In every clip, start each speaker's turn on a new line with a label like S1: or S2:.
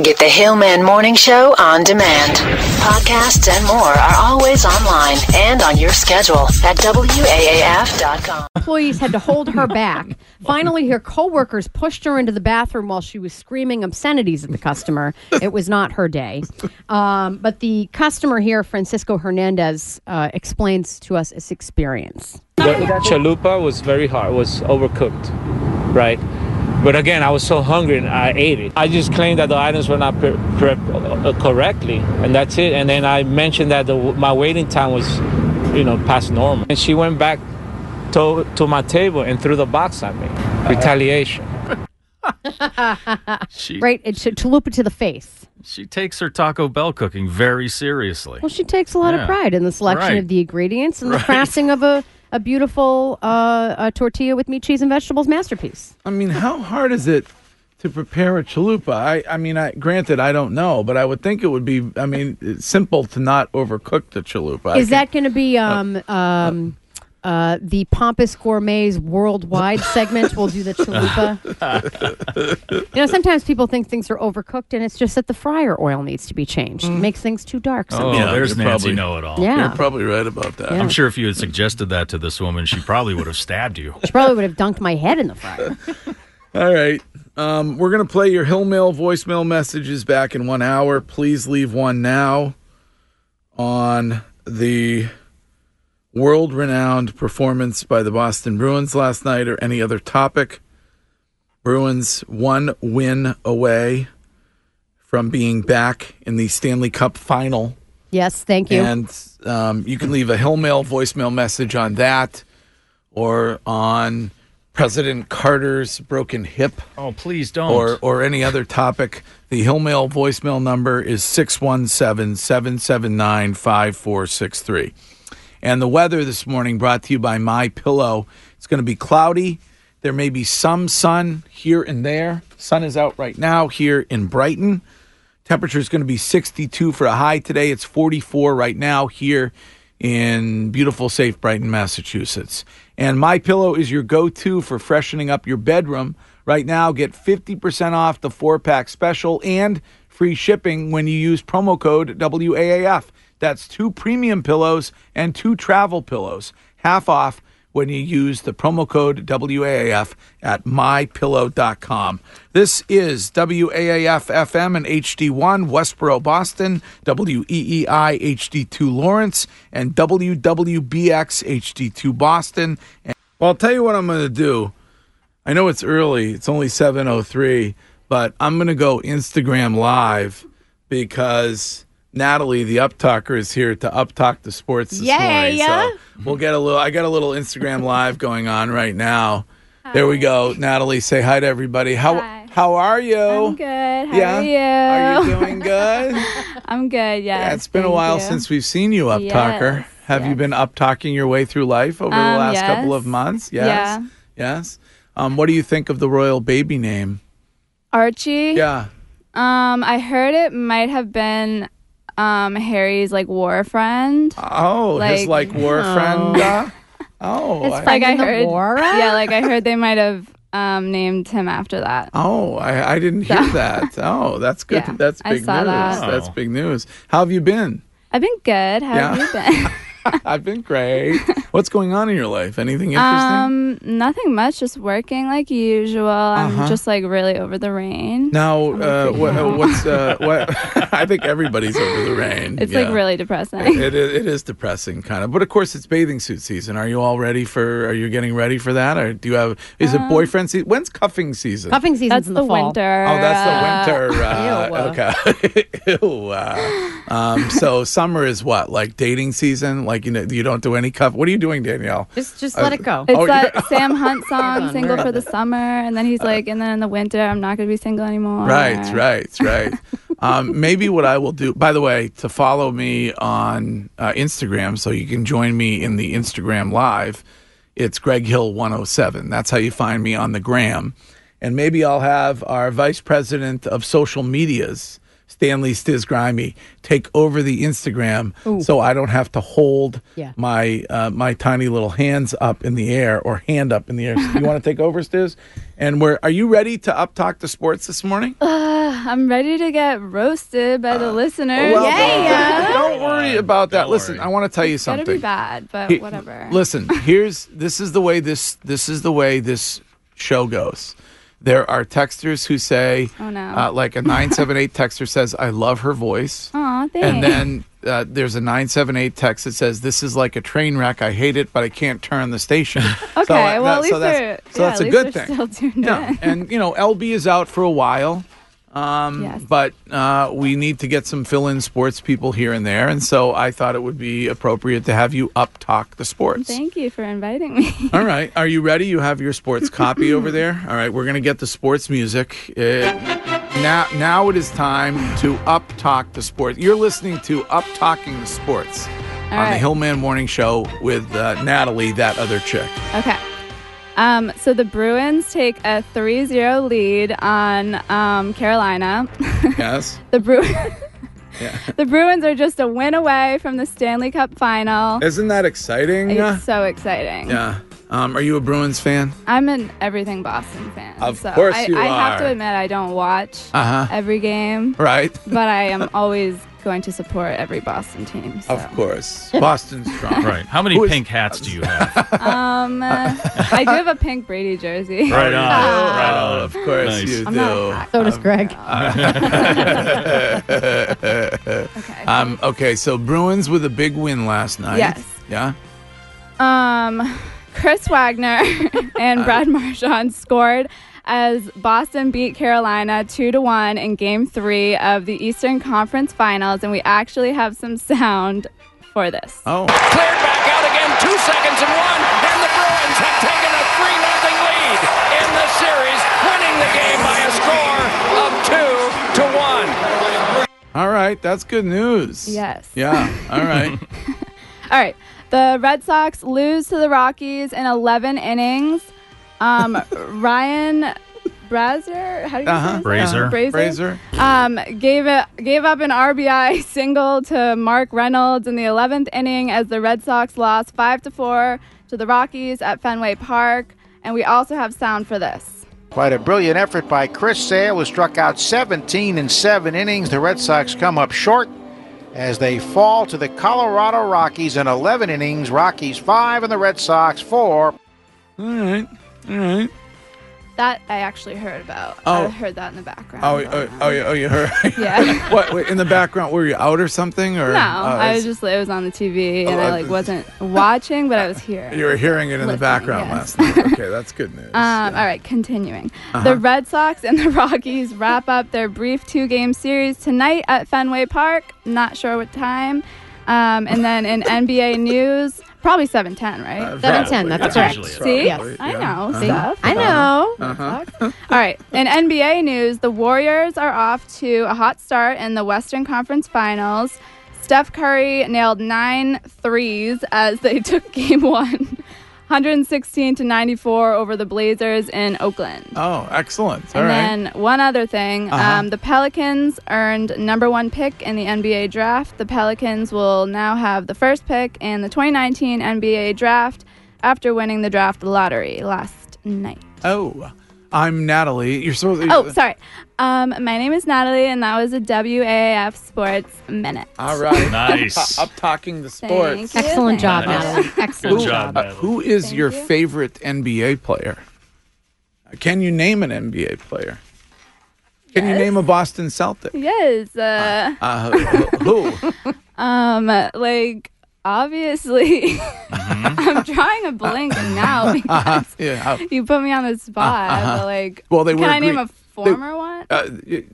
S1: Get the Hillman Morning Show on demand. Podcasts and more are always online and on your schedule at WAAF.com.
S2: employees had to hold her back. Finally, her coworkers pushed her into the bathroom while she was screaming obscenities at the customer. It was not her day. Um, but the customer here, Francisco Hernandez, uh, explains to us his experience.
S3: The chalupa was very hard, was overcooked, right? But again, I was so hungry and I ate it. I just claimed that the items were not pre- prepped uh, correctly, and that's it. And then I mentioned that the, my waiting time was, you know, past normal. And she went back to, to my table and threw the box at me. Retaliation.
S4: She
S2: Right? It should chalupa to the face.
S4: she takes her Taco Bell cooking very seriously.
S2: Well, she takes a lot
S4: Yeah.
S2: of pride in the selection
S4: Right.
S2: of the ingredients and the crafting of a, a beautiful uh, a tortilla with meat, cheese, and vegetables masterpiece.
S5: I mean, how hard is it to prepare a chalupa? I, I mean, I, granted, I don't know, but I would think it would be. I mean, it's simple to not overcook the chalupa. I
S2: Is
S5: can- uh,
S2: that going to be um, um, uh, the pompous gourmets worldwide segment? We'll do the chalupa. you know, sometimes people think things are overcooked, and it's just that the fryer oil needs to be changed.
S5: Mm.
S2: It makes things too dark.
S4: Oh,
S2: Sometimes.
S5: Yeah,
S4: there's
S5: you're
S4: Nancy
S5: probably-
S4: know-it-all.
S2: yeah,
S5: You're probably right about that.
S2: Yeah.
S4: I'm sure if you had suggested that to this woman, she probably would have stabbed you.
S2: she probably would have dunked my head in the fryer.
S5: All right. Um, we're going to play your Hill Mail voicemail messages back in one hour. Please leave one now on the world renowned performance by the Boston Bruins last night or any other topic. Bruins one win away from being back in the Stanley Cup final.
S2: yes, thank you.
S5: And um, you can leave a Hill Mail voicemail message on that or on President Carter's broken hip
S4: Oh, please don't.
S5: or or any other topic, the Hillmail voicemail number is 617-779-5463. And the weather this morning brought to you by My Pillow. It's going to be cloudy. There may be some sun here and there. Sun is out right now here in Brighton. Temperature is going to be 62 for a high today. It's 44 right now here in beautiful, safe Brighton, Massachusetts. And My Pillow is your go-to for freshening up your bedroom. Right now, get 50% off the four-pack special and free shipping when you use promo code WAAF. That's two premium pillows and two travel pillows, half off when you use the promo code WAAF at mypillow.com. This is WAAF FM and HD1 Westboro, Boston, E WEEI HD2 Lawrence, and WWBX HD2 Boston. And- well, I'll tell you what I'm going to do. I know it's early. It's only 7:03, but I'm going to go Instagram live because Natalie the uptalker is here to uptalk the sports this morning.
S2: Yeah.
S5: So we'll get a little I got a little Instagram live going on right now. There we go. Natalie, say hi to everybody. How
S6: Hi.
S5: how are you?
S6: I'm good. How
S5: yeah.
S6: are
S5: Are
S6: you?
S5: you doing good?
S6: I'm good. Yeah.
S5: yeah, it's been a while since we've seen you uptalker.
S6: Yes,
S5: Have you
S6: yes.
S5: been uptalking your way through life over the
S6: Um,
S5: last couple of
S6: yes.
S5: months? Yes.
S6: Yeah.
S5: Yes. Um, what do you think of the royal baby name?
S6: Archie.
S5: Yeah.
S6: Um, I heard it might have been, um, Harry's like war friend.
S5: Oh, his like
S6: Like-
S5: war friend. uh, oh, I,
S6: like I
S2: in the
S6: heard.
S2: war?
S6: Yeah, like I heard they might have um named him after that.
S5: oh, I, I didn't hear that. Oh, that's good.
S6: Yeah,
S5: that's
S6: I
S5: big news.
S6: saw that.
S5: That's
S4: Wow.
S5: big news. How have you been?
S6: I've been good. How
S5: Yeah.
S6: have you
S5: I've been great. What's going on in your life? Anything interesting?
S6: been? um, nothing much. Just working like usual. I'm
S5: Uh-huh.
S6: just like really over the rain.
S5: now, uh, what, what's uh, what? I think everybody's over the rain.
S6: It's
S5: yeah.
S6: like really depressing.
S5: It is, it is depressing, kind of. But of course, it's bathing suit season. Are you all ready for? Are you getting ready for that? Or do you have? Is
S6: Um,
S5: it boyfriend season? When's cuffing season?
S2: Cuffing season's
S6: That's
S2: in the,
S6: the,
S2: fall.
S6: winter.
S5: Oh,
S6: uh,
S5: that's the winter. Uh,
S2: ew.
S5: Okay. ew. Uh, um, so summer is what like dating season. Like you know, you don't do any cuff. What are you doing, Danielle?
S2: Just, just let it go.
S6: It's
S5: Oh,
S6: that Sam Hunt
S2: on,
S6: song, Single
S2: where
S6: for
S2: is
S6: the Summer. And then he's like, and then in the winter, I'm not going to be single anymore.
S5: Right, right, right. Um, maybe what I will do, by the way, to follow me on uh, Instagram so you can join me in the Instagram live, it's Greg Hill 107. That's how you find me on the gram. And maybe I'll have our vice president of social medias, Stanley Stizgrimy, take over the Instagram so I don't have to hold
S2: Yeah.
S5: my uh, my tiny little hands up in the air or hand up in the air. you want to take over, Stiz? And we're, are you ready to up talk the sports this morning?
S6: I'm ready to get roasted by
S5: Ah.
S6: the listeners.
S5: Well,
S6: yeah,
S5: don't- Don't worry about that.
S4: Don't
S5: Listen,
S4: worry.
S5: I want to tell you
S6: gotta be
S5: something.
S6: bad, but
S5: Here-
S6: whatever.
S5: Listen, here's this is the way this this is the way this show goes. There are texters who say,
S6: Oh, no.
S5: uh, like a nine seven eight texter says, "I love her voice,"
S6: Aw, thanks.
S5: and then uh, there's a nine seven eight text that says, "This is like a train wreck. I hate it, but I can't turn the station."
S6: okay,
S5: So, uh,
S6: well
S5: that-
S6: at least
S5: so
S6: they're
S5: that's, so
S6: yeah,
S5: that's
S6: at
S5: a
S6: least
S5: good
S6: they're
S5: thing.
S6: Still tuned
S5: No,
S6: in.
S5: and you know, LB is out for a while. Um,
S6: Yes.
S5: But uh, we need to get some fill-in sports people here and there, and so I thought it would be appropriate to have you up talk the sports.
S6: Thank you for inviting me.
S5: All right, are you ready? You have your sports copy over there. All right, we're gonna get the sports music. Uh, now, now it is time to up talk the sports. You're listening to Up Talking the Sports on the
S6: right.
S5: Hillman Morning Show with uh, Natalie, that other chick.
S6: Okay. Um, so the Bruins take a 3-0 lead on um, Carolina.
S5: Yes.
S6: the Bruins.
S5: Yeah.
S6: The Bruins are just a win away from the Stanley Cup final.
S5: Isn't that exciting?
S6: It's so exciting.
S5: Yeah. Um, are you a Bruins fan?
S6: I'm an everything Boston fan.
S5: Of
S6: so
S5: course
S6: I,
S5: you
S6: I have
S5: are.
S6: to admit I don't watch
S5: Uh-huh.
S6: every game,
S5: Right.
S6: but I am always going to support every Boston team. So.
S5: Of course. Boston's strong.
S4: Right. How many
S5: Who is-
S4: pink hats do you have?
S6: Um, uh, I do have a pink Brady jersey.
S4: right on. Right
S5: Oh,
S4: on.
S5: of course
S4: Nice.
S5: you
S6: I'm not a
S5: do.
S6: hack.
S2: So does Greg.
S6: Okay.
S5: Um, okay, so Bruins with a big win last night.
S6: Yes.
S5: Yeah.
S6: Um, Chris Wagner and Brad Marchand scored as Boston beat Carolina two to one in Game Three of the Eastern Conference Finals, and we actually have some sound for this.
S5: Oh.
S7: Cleared back out again, two seconds and one, and the Bruins have taken a 3 0 lead in the series, winning the game by a score of 2 to 1.
S5: All right, that's good news.
S6: Yes.
S5: Yeah. All right.
S6: All right. The Red Sox lose to the Rockies in 11 innings. Um, Ryan Brazier, how do you
S5: Uh-huh.
S6: say his name?
S4: Brazier.
S6: Brazier.
S5: Fraser.
S6: Um, gave it gave up an RBI single to Mark Reynolds in the 11th inning as the Red Sox lost five to four to the Rockies at Fenway Park. And we also have sound for this.
S8: Quite a brilliant effort by Chris Sale, who struck out 17 in seven innings. The Red Sox come up short as they fall to the Colorado Rockies in 11 innings. Rockies 5 and the Red Sox 4.
S5: All right. All right.
S6: That I actually heard about.
S5: Oh.
S6: I heard that in the background.
S5: Oh,
S6: going
S5: oh,
S6: on.
S5: oh, you- oh, you heard.
S6: yeah.
S5: what? Wait, in the background, were you out or something? Or
S6: No,
S5: oh,
S6: I
S5: it's-
S6: was
S5: Oh,
S6: just it was on the TV and I
S5: I-
S6: like wasn't watching, but I was here.
S5: You were hearing it in the
S6: Listening,
S5: background
S6: yes.
S5: last night. Okay, that's good news.
S6: Um, all right, continuing.
S5: Uh-huh.
S6: The Red Sox and the Rockies wrap up their brief two game series tonight at Fenway Park. Not sure what time. Um, and then in NBA news, probably 710, right?
S2: Seven ten. That's
S4: That's
S2: correct.
S4: usually it.
S6: See?
S2: Yes.
S5: Uh,
S6: I
S5: yeah.
S6: know
S5: Uh-huh.
S6: stuff.
S2: I know.
S6: All right. In NBA news, the Warriors are off to a hot start in the Western Conference Finals. Steph Curry nailed nine threes as they took game one, 116 to 94 over the Blazers in Oakland.
S5: Oh, excellent. All
S6: and
S5: right.
S6: then one other thing
S5: Uh-huh.
S6: um, the Pelicans earned number one pick in the NBA draft. The Pelicans will now have the first pick in the 2019 NBA draft after winning the draft lottery last night.
S5: Oh, I'm Natalie. You're supposed. to...
S6: Oh, sorry. Um, my name is Natalie, and that was a WAAF Sports Minute.
S5: All right.
S4: Nice.
S5: Up talking the sports.
S6: Thank you.
S2: Excellent job,
S4: Nice.
S2: Natalie. Excellent
S4: Good
S5: Who-
S4: job,
S5: uh,
S4: Natalie.
S5: who is
S6: Thank
S5: your
S6: you.
S5: favorite NBA player? Can you name an NBA player? Can you name a Boston Celtic?
S6: Yes. Uh,
S5: Uh, who? who?
S6: um, like, obviously,
S5: Mm-hmm.
S6: I'm trying to blink now because
S5: yeah. uh,
S6: you put me on the spot. But, like,
S5: Uh-huh. Well, they
S6: can
S5: were
S6: I name
S5: Greek-
S6: a former one?
S5: Uh,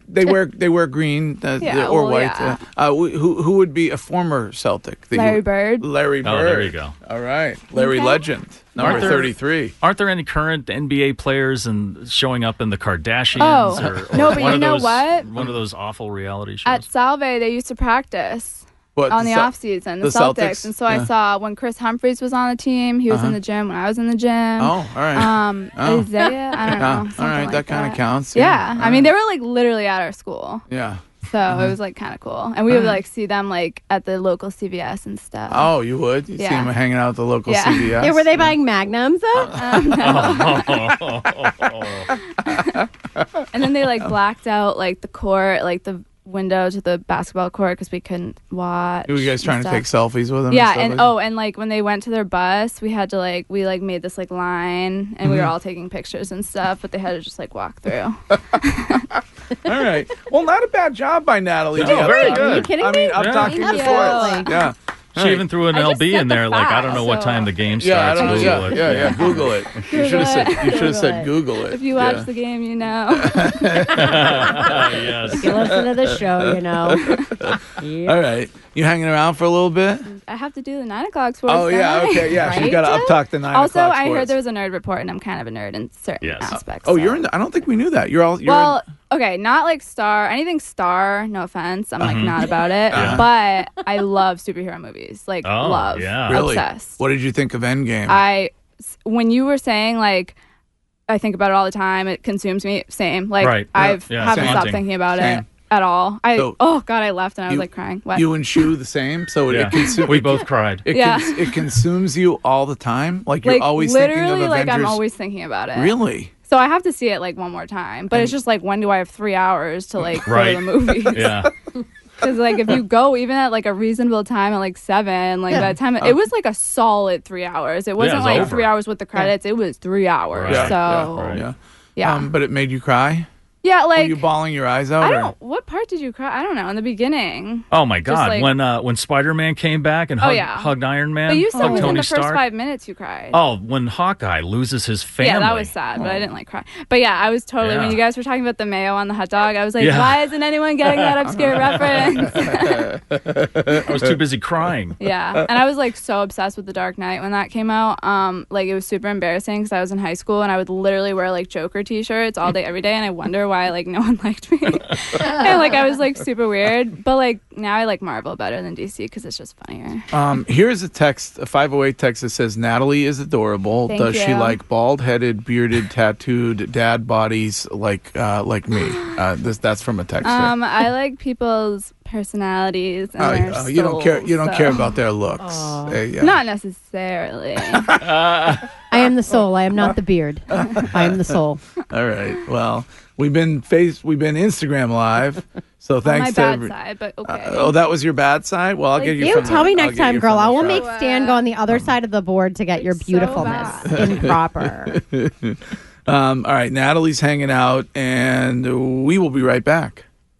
S5: they wear they wear green uh,
S6: Yeah,
S5: or
S6: well,
S5: white.
S6: yeah.
S5: Uh, uh, who who would be a former Celtic? that you-
S6: Larry Bird.
S5: Larry Bird.
S4: Oh, there you go.
S5: All right, Larry
S6: Okay.
S5: Legend, number
S4: Aren't there-
S5: thirty three.
S4: Aren't there any current NBA players and showing up in the Kardashians?
S6: Oh,
S4: or, or
S6: no, but
S4: one
S6: you
S4: of
S6: know
S4: those,
S6: what?
S4: One of those awful reality shows.
S6: At Salve, they used to practice on the, offseason. off season, the,
S5: the
S6: Celtics.
S5: Celtics,
S6: And so I
S5: yeah. Uh-huh.
S6: saw when Chris Humphreys was on the team, he was in the gym when I was in the gym.
S5: Oh, all right.
S6: Um,
S5: Oh.
S6: Isaiah, I don't know.
S5: Yeah, all
S6: something
S5: right, that
S6: like
S5: kinda counts,
S6: Yeah,
S5: yeah,
S6: I mean they were like literally at our school,
S5: yeah.
S6: so
S5: Uh-huh.
S6: it was like kind of cool, and we would like see them like at the local CVS and stuff.
S5: Oh, you would. You see
S6: Yeah.
S5: him hanging out at the local
S6: Yeah.
S5: CVS.
S2: Yeah, were they buying magnums though?
S4: Oh.
S6: And then they
S5: Oh.
S6: like blacked out like the court, like the window to the basketball court because we couldn't watch.
S5: Were you guys
S6: and
S5: trying to
S6: stuff.
S5: take selfies with him?
S6: Yeah,
S5: stuff
S6: and
S5: like-
S6: oh, and like when they went to their bus, we had to like we like made this like line, and we
S5: Mm-hmm.
S6: were all taking pictures and stuff, but they had to just like walk through. oh.
S5: All right. Well, not a bad job by Natalie.
S4: No,
S5: D. Up
S4: very
S5: top.
S4: good. Are you
S2: kidding
S5: I mean,
S2: me?
S5: up
S4: Yeah.
S5: top
S6: Thank
S5: just
S6: you.
S5: was. Yeah.
S4: she even threw an
S6: I just
S4: LB
S6: said
S4: in
S6: the
S4: there. Like I
S6: five,
S4: don't know what
S6: so-
S4: time the game
S5: Yeah, I
S4: starts.
S5: don't,
S4: Google
S5: yeah,
S4: it.
S5: yeah, yeah. Google it. You should have said. You should have said Google it.
S6: If you watch
S5: Yeah.
S6: the game, you know.
S4: yes.
S2: you listen to the show, you know.
S5: All right. You hanging around for a little bit?
S6: I have to do the nine o'clock sports.
S5: Oh yeah.
S6: don't I?
S5: Okay. Yeah. She's
S2: Right?
S5: got to up talk the nine
S6: Also,
S5: o'clock
S6: I heard
S5: sports.
S6: there was a nerd report, and I'm kind of a nerd in certain
S4: Yes.
S6: aspects.
S5: Oh,
S6: so-
S5: you're in. The, I don't think we knew that. You're all. You're
S6: Well,
S5: in,
S6: okay, not like star anything star. No offense, I'm
S5: Mm-hmm.
S6: like not about it, but I love superhero movies. Like
S4: Oh,
S6: love,
S4: yeah.
S5: really.
S6: obsessed.
S5: What did you think of Endgame?
S6: I s- when you were saying like I think about it all the time. It consumes me. Same. Like
S4: Right.
S6: I've
S4: Yeah,
S6: haven't
S5: same.
S6: stopped
S4: Haunting.
S6: thinking about it
S5: Same.
S6: at all. I
S5: So-
S6: oh god, I left and I was
S5: You-
S6: like crying. What?
S5: you and Shu the same. So it,
S4: Yeah.
S5: it, consu-
S4: we both cried.
S5: it,
S6: Yeah.
S5: cons- it consumes you all the time. Like you're
S6: like
S5: always
S6: literally,
S5: thinking of
S6: like
S5: Avengers.
S6: I'm always thinking about it.
S5: really.
S6: So I have to see it like one more time. But it's just like when do I have three hours to like
S4: Right.
S6: go to the movies?
S4: yeah.
S6: Because like if you go even at like a reasonable time at like seven, like by the time
S5: Oh.
S6: it was like a solid three hours. It wasn't
S4: it's
S6: like
S4: over.
S6: three hours with the credits. It was three hours.
S4: Right. Yeah,
S6: So
S4: Right.
S5: Yeah.
S6: yeah,
S5: Um, but it made you cry.
S6: yeah,
S5: Were
S6: like
S5: you bawling your eyes out?
S6: I
S5: or-
S6: don't. What part did you cry? I don't know. In the beginning,
S4: Oh my God!
S6: like- Oh,
S4: when uh, when Spider Man came back and hugged,
S6: yeah.
S4: hugged Iron Man,
S6: but you said
S4: hugged
S6: within
S4: oh, Tony
S6: the first
S4: Stark.
S6: five minutes you cried.
S4: Oh, when Hawkeye loses his family. Oh.
S6: Yeah, that was sad, but I didn't like cry. But yeah, I was totally when
S4: Yeah.
S6: you guys were talking about the mayo on the hot dog. I was like,
S4: Yeah.
S6: why isn't anyone getting that obscure reference?
S4: I was too busy crying.
S6: yeah, and I was like so obsessed with The Dark Knight when that came out. Um, like it was super embarrassing because I was in high school and I would literally wear like Joker T-shirts all day every day, and I wonder why like no one liked me. and like I was like super weird, but like now I like Marvel better than DC because it's just funnier.
S5: Um, here's a text, a 508 text that says, Natalie is adorable.
S6: Thank
S5: Does she
S6: you.
S5: like bald headed, bearded, tattooed dad bodies like uh, like me? Uh, this That's from a texter.
S6: Um, I like people's personalities and
S5: Uh,
S6: their
S5: uh, you don't care. You don't
S6: souls,
S5: care
S6: so-
S5: about their looks. Uh, yeah.
S6: Not necessarily.
S2: I am the soul. I am not the beard. I am the soul.
S5: All right. Well, we've been face. We've been Instagram live. So thanks
S6: my
S5: to
S6: bad
S5: every-
S6: side, but okay.
S5: Uh, oh, that was your bad side. Well, I'll
S6: Like,
S5: get you.
S2: You
S5: from
S2: tell
S5: the-
S2: me
S5: I'll
S2: next
S5: get you
S2: time,
S5: from
S2: girl.
S5: the
S2: I will make
S5: shop.
S2: Stan go on the other side of the board to get your
S6: so
S2: beautifulness
S6: bad.
S2: improper.
S5: Um, all right, Natalie's hanging out, and we will be right back.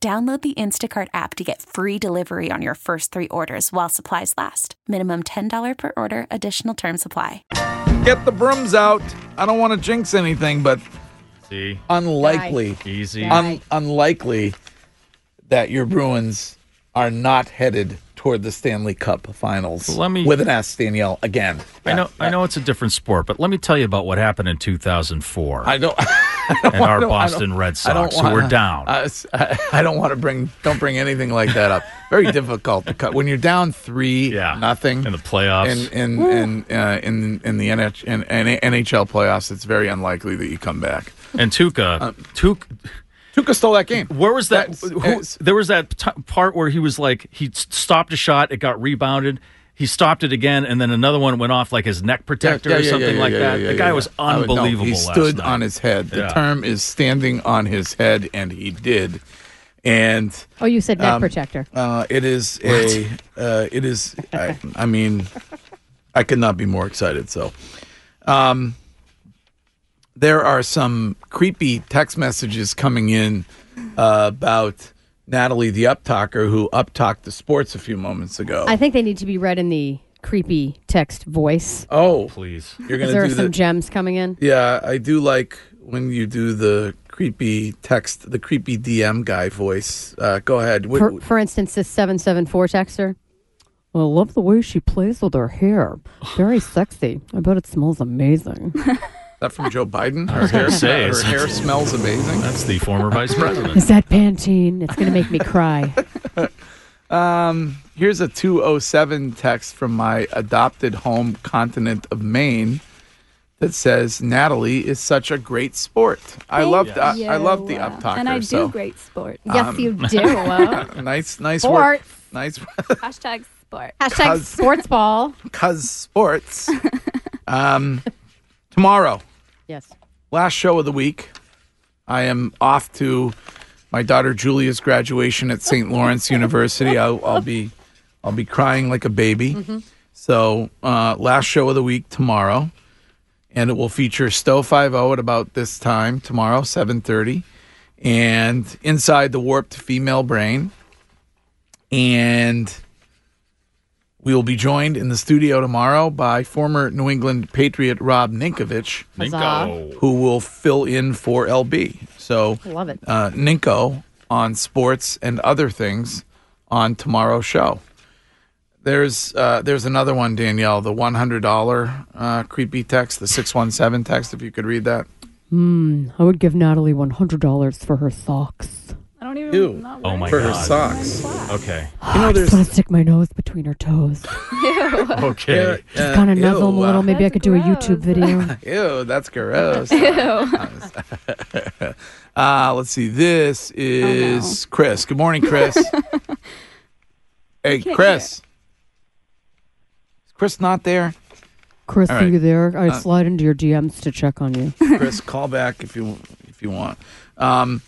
S9: Download the Instacart app to get free delivery on your first three orders while supplies last. Minimum $10 per order, additional term supply.
S5: Get the brooms out. I don't want to jinx anything, but
S4: See,
S5: unlikely,
S4: easy.
S5: un- unlikely that your Bruins are not headed toward the Stanley Cup Finals.
S4: Let me-
S5: with an S, Danielle again.
S4: I know. I know it's a different sport, but let me tell you about what happened in 2004
S5: I don't. I
S4: and
S5: don't
S4: our
S5: wanna- I don't-
S4: Boston Red
S5: I don't
S4: Sox, who were
S5: wanna-
S4: down.
S5: I, s- I- I don't want to bring. Don't bring anything like that up. Very difficult to cut when you're down three.
S4: Yeah.
S5: nothing
S4: In the playoffs.
S5: In in in uh, in, in the NH, in, in NHL playoffs, it's very unlikely that you come back.
S4: and Tuca, Tuca,
S5: Tuca stole that uh, game.
S4: Where was that?
S5: Um, That's-
S4: who-
S5: it's-
S4: there was that t- part where he was like he s- stopped a shot, it got rebounded, He stopped it again, and then another one went off like his neck protector
S5: Yeah, yeah,
S4: or
S5: yeah,
S4: something
S5: yeah,
S4: like
S5: yeah,
S4: that.
S5: yeah,
S4: the
S5: yeah,
S4: guy
S5: yeah.
S4: was
S5: I would know.
S4: unbelievable.
S5: He
S4: last
S5: stood
S4: night.
S5: on his head. The
S4: Yeah.
S5: term is standing on his head, and he did. And
S2: Oh, you said neck
S5: um,
S2: protector.
S5: Uh, it is a. Uh, it is. I, I mean, I could not be more excited. So, um, there are some creepy text messages coming in uh, about Natalie the uptalker who uptalked the sports a few moments ago.
S2: I think they need to be read in the creepy text voice.
S5: oh,
S4: please!
S5: You're gonna
S2: Is there
S5: do
S2: some
S5: the,
S2: gems coming in?
S5: Yeah, I do like when you do the creepy text, the creepy DM guy voice. Uh, go ahead. Wh-
S2: For, for instance, this 774 texter. Well, I love the way she plays with her hair. Very sexy. I bet it smells amazing.
S5: Is that from Joe Biden?
S4: I was gonna
S5: hair,
S4: say,
S5: her
S4: is-
S5: hair smells amazing.
S4: That's the former vice president.
S2: Is that Pantene? It's going to make me cry.
S5: Um, here's a 207 text from my adopted home continent of Maine that says Natalie is such a great sport. I love I, I love the uptalker.
S6: And I do
S5: so, um,
S6: great sports.
S2: Yes, you do. Uh,
S5: nice nice work.
S2: sports.
S5: Nice
S6: Hashtag sport.
S2: Hashtag
S5: Cuz-
S2: sports ball.
S5: cuz sports. um, tomorrow
S2: Yes.
S5: last show of the week. I am off to my daughter Julia's graduation at St. Lawrence University. I'll, I'll be I'll be crying like a baby. So uh, last show of the week tomorrow, and it will feature Stowe Five O at about this time tomorrow, seven thirty, and inside the warped female brain, and. We will be joined in the studio tomorrow by former New England Patriot Rob Ninkovich,
S4: Ninko.
S5: who will fill in for LB. So
S2: Love it.
S5: uh, Ninko on sports and other things on tomorrow's show. There's uh, there's another one, Danielle, the one hundred dollar uh, creepy text, the six one seven text. If you could read that,
S2: I would give Natalie $100 for her socks.
S6: I don't even.
S5: Ew.
S6: I'm not
S4: Oh
S6: wearing
S4: my
S5: for her
S4: god.
S5: socks.
S4: Okay.
S5: You know,
S2: I just want
S5: there's
S2: to stick my nose between her toes.
S4: Okay.
S2: Just kind of nuzzle them a
S5: ew,
S2: little.
S5: uh,
S2: Maybe I could do a YouTube video.
S5: ew, that's gross.
S6: Oh,
S5: Ew. uh, let's see. This is Chris. Good morning, Chris. hey,
S6: can't
S5: Chris. Is Chris not there?
S2: Chris,
S5: All
S2: are
S5: right.
S2: you there?
S5: Uh,
S2: I slide into your DMs to check on you.
S5: Chris, call back if you if you want. Um,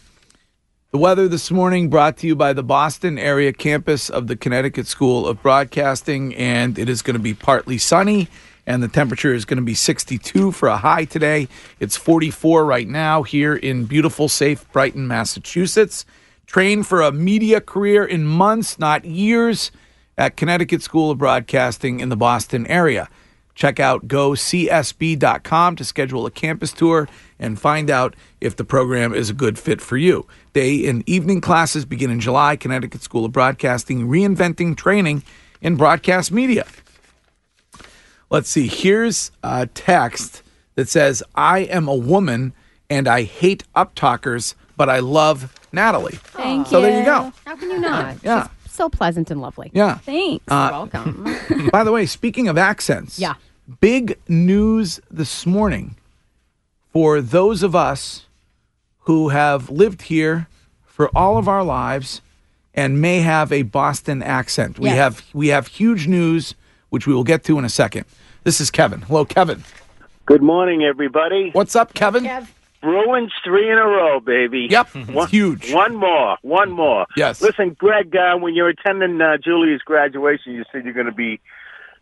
S5: the weather this morning brought to you by the Boston area campus of the Connecticut School of Broadcasting, and it is going to be partly sunny, and the temperature is going to be 62 for a high today. It's 44 right now here in beautiful, safe Brighton, Massachusetts. Trained for a media career in months, not years, at Connecticut School of Broadcasting in the Boston area. Check out gocsb.com to schedule a campus tour and find out if the program is a good fit for you. Day and evening classes begin in July. Connecticut School of Broadcasting reinventing training in broadcast media. Let's see. Here's a text that says, I am a woman and I hate uptalkers, but I love Natalie.
S6: Thank
S5: So
S6: you.
S5: there you go.
S2: How can you not?
S5: Yeah.
S2: She's so pleasant and lovely.
S5: Yeah.
S6: Thanks.
S5: uh,
S2: Welcome.
S5: By the way, speaking of accents,
S2: Yeah.
S5: big news this morning for those of us who have lived here for all of our lives and may have a Boston accent. We
S2: Yes.
S5: have we have huge news, which we will get to in a second. This is Kevin. Hello, Kevin.
S10: Good morning, everybody.
S5: What's up, Kevin?
S10: Bruins three in a row, baby.
S5: Yep, it's huge.
S10: One more, one more.
S5: Yes.
S10: Listen, Greg, uh, when you're attending uh, Julie's graduation, you said you're going to be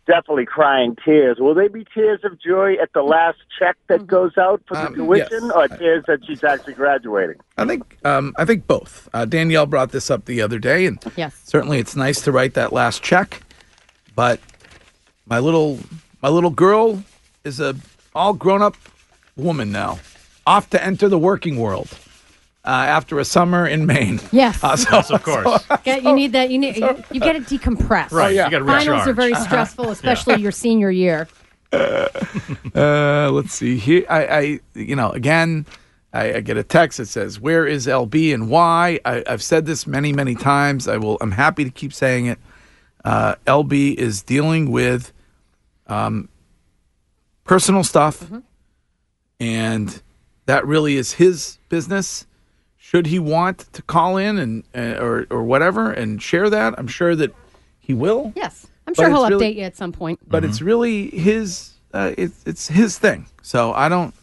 S10: definitely crying tears. Will they be tears of joy at the last check that goes out for the
S5: Um,
S10: tuition,
S5: yes.
S10: or tears that she's actually graduating?
S5: I think um, I think both. Uh, Danielle brought this up the other day, and
S2: Yes.
S5: certainly it's nice to write that last check but my little my little girl is a all grown up woman now off to enter the working world uh, after a summer in maine
S2: Yes.
S5: Uh, so-
S4: Yes, of course.
S2: Yeah, you need that. You need. You, you get it decompressed.
S4: Right. You got to recharge.
S2: Finals are very stressful, especially your senior year.
S5: uh, let's see here i i you know again I, I get a text that says where is lb and why I, i've said this many many times i will i'm happy to keep saying it uh, lb is dealing with um, personal stuff and that really is his business should he want to call in and uh, or or whatever and share that i'm sure that he will
S2: Yes. I'm sure
S5: But it's
S2: he'll
S5: really-
S2: update you at some point.
S5: But it's really his. Uh, it's it's his thing. So I don't,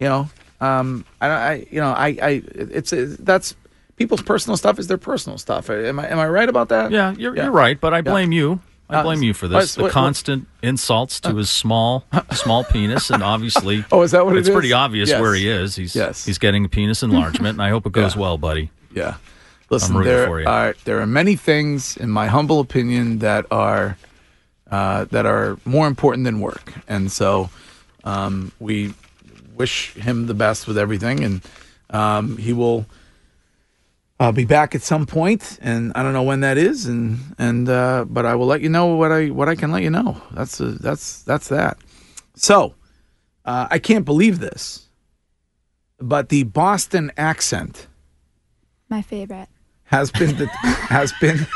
S5: you know, um, I don't, I you know, I I it's, it's that's people's personal stuff is their personal stuff. Am I am I right about that?
S4: Yeah, you're, you're right, but I blame you. I
S5: Uh,
S4: blame you for
S5: what-
S4: this. The
S5: what- what-
S4: constant insults to his small, small penis, and obviously,
S5: Oh, is that what it
S4: it's
S5: is?
S4: pretty obvious
S5: Yes.
S4: where he is. He's he's getting a penis enlargement, and I hope it goes well, buddy.
S5: Yeah, Listen,
S4: I'm rooting
S5: there
S4: for you.
S5: are there are many things, in my humble opinion, that are uh, that are more important than work, and so um, we wish him the best with everything, and um, he will uh, be back at some point, and I don't know when that is, and and uh, but I will let you know what I what I can let you know. That's uh that's that's that. So uh, I can't believe this, but the Boston accent
S6: My favorite.
S5: has been de- has been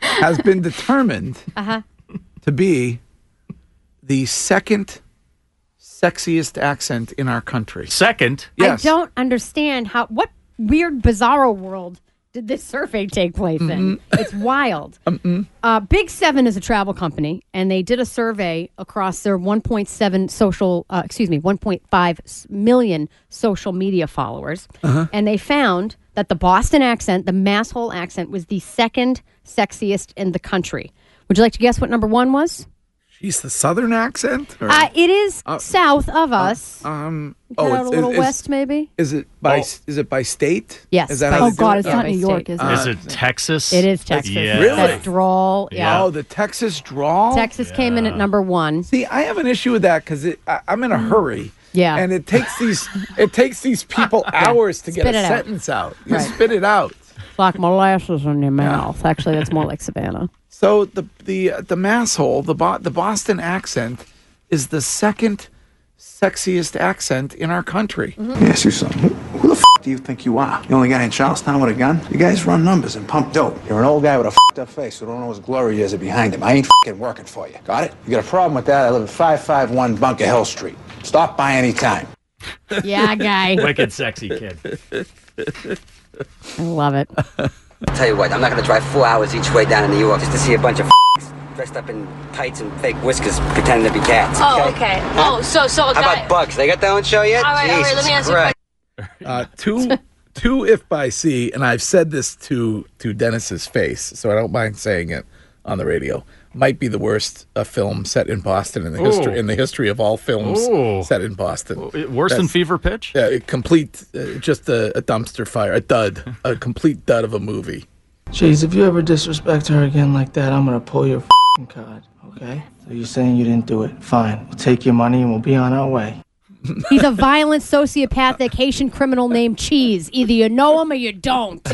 S5: has been determined
S6: Uh-huh.
S5: to be the second sexiest accent in our country.
S4: Second,
S5: yes,
S2: I don't understand how what weird bizarro world did this survey take place in?
S5: Mm-hmm.
S2: It's wild. Uh, Big Seven is a travel company, and they did a survey across their 1.7 social, uh, excuse me, 1.5 s- million social media followers,
S11: Uh-huh.
S2: and they found that the Boston accent, the masshole accent, was the second sexiest in the country. Would you like to guess what number one was?
S5: She's the southern accent. or-
S2: Uh, it is
S5: Uh,
S2: south of us.
S5: um,
S2: Cut
S5: oh,
S2: out
S5: it's,
S2: a little
S5: it's-
S2: west, maybe.
S5: Is it by is it by state?
S2: Yes,
S5: Is that
S2: by
S5: how they
S2: state.
S5: do
S2: Oh,
S5: it? uh,
S2: God, it's not New York, is it?
S4: Is it Texas?
S2: It is Texas.
S4: Yeah.
S5: Really?
S2: That drawl. Yeah. Oh,
S5: Oh, the Texas drawl.
S2: Texas came in at number one.
S5: See, I have an issue with that because I'm in a hurry.
S2: Mm. Yeah.
S5: and it takes these it takes these people hours to get
S2: Spit
S5: a
S2: it out.
S5: sentence out. You
S2: Right.
S5: spit it out.
S2: like molasses in your mouth. Actually, that's more like Savannah.
S5: So the the the masshole, the Bo- the Boston accent, is the second sexiest accent in our country.
S4: Mm-hmm.
S12: Let me ask you something. Who, who the f do you think you are? The only guy in Charlestown with a gun? You guys run numbers and pump dope. You're an old guy with a fed up face who don't know his glory years are behind him. I ain't fing working for you. Got it? You got a problem with that? I live at 551 Bunker Hill Street. Stop by any time.
S2: Yeah, guy.
S4: Wicked sexy kid.
S2: I love it.
S13: Tell you what, I'm not gonna drive four hours each way down to New York just to see a bunch of dressed up in tights and fake whiskers pretending to be cats.
S14: Oh, okay. Oh, so so a
S13: How
S14: guy.
S13: about bugs? They got their own show yet?
S14: All right, all right, let
S13: Jesus
S14: me ask you a
S13: Christ.
S5: Uh, two two if by sea, and I've said this to to Dennis's face, so I don't mind saying it on the radio. Might be the worst uh, film set in Boston in the history
S4: Ooh.
S5: in the history of all films
S4: Ooh.
S5: set in Boston.
S4: Oh. worse than Fever Pitch?
S5: Yeah, it complete uh, just a, a dumpster fire, a dud, a complete dud of a movie.
S15: Jeez, if you ever disrespect her again like that, I'm gonna pull your fing card, okay? So you're saying you didn't do it? Fine. We'll take your money and we'll be on our way.
S2: He's a violent, sociopathic Haitian criminal named Cheese. Either you know him or you don't.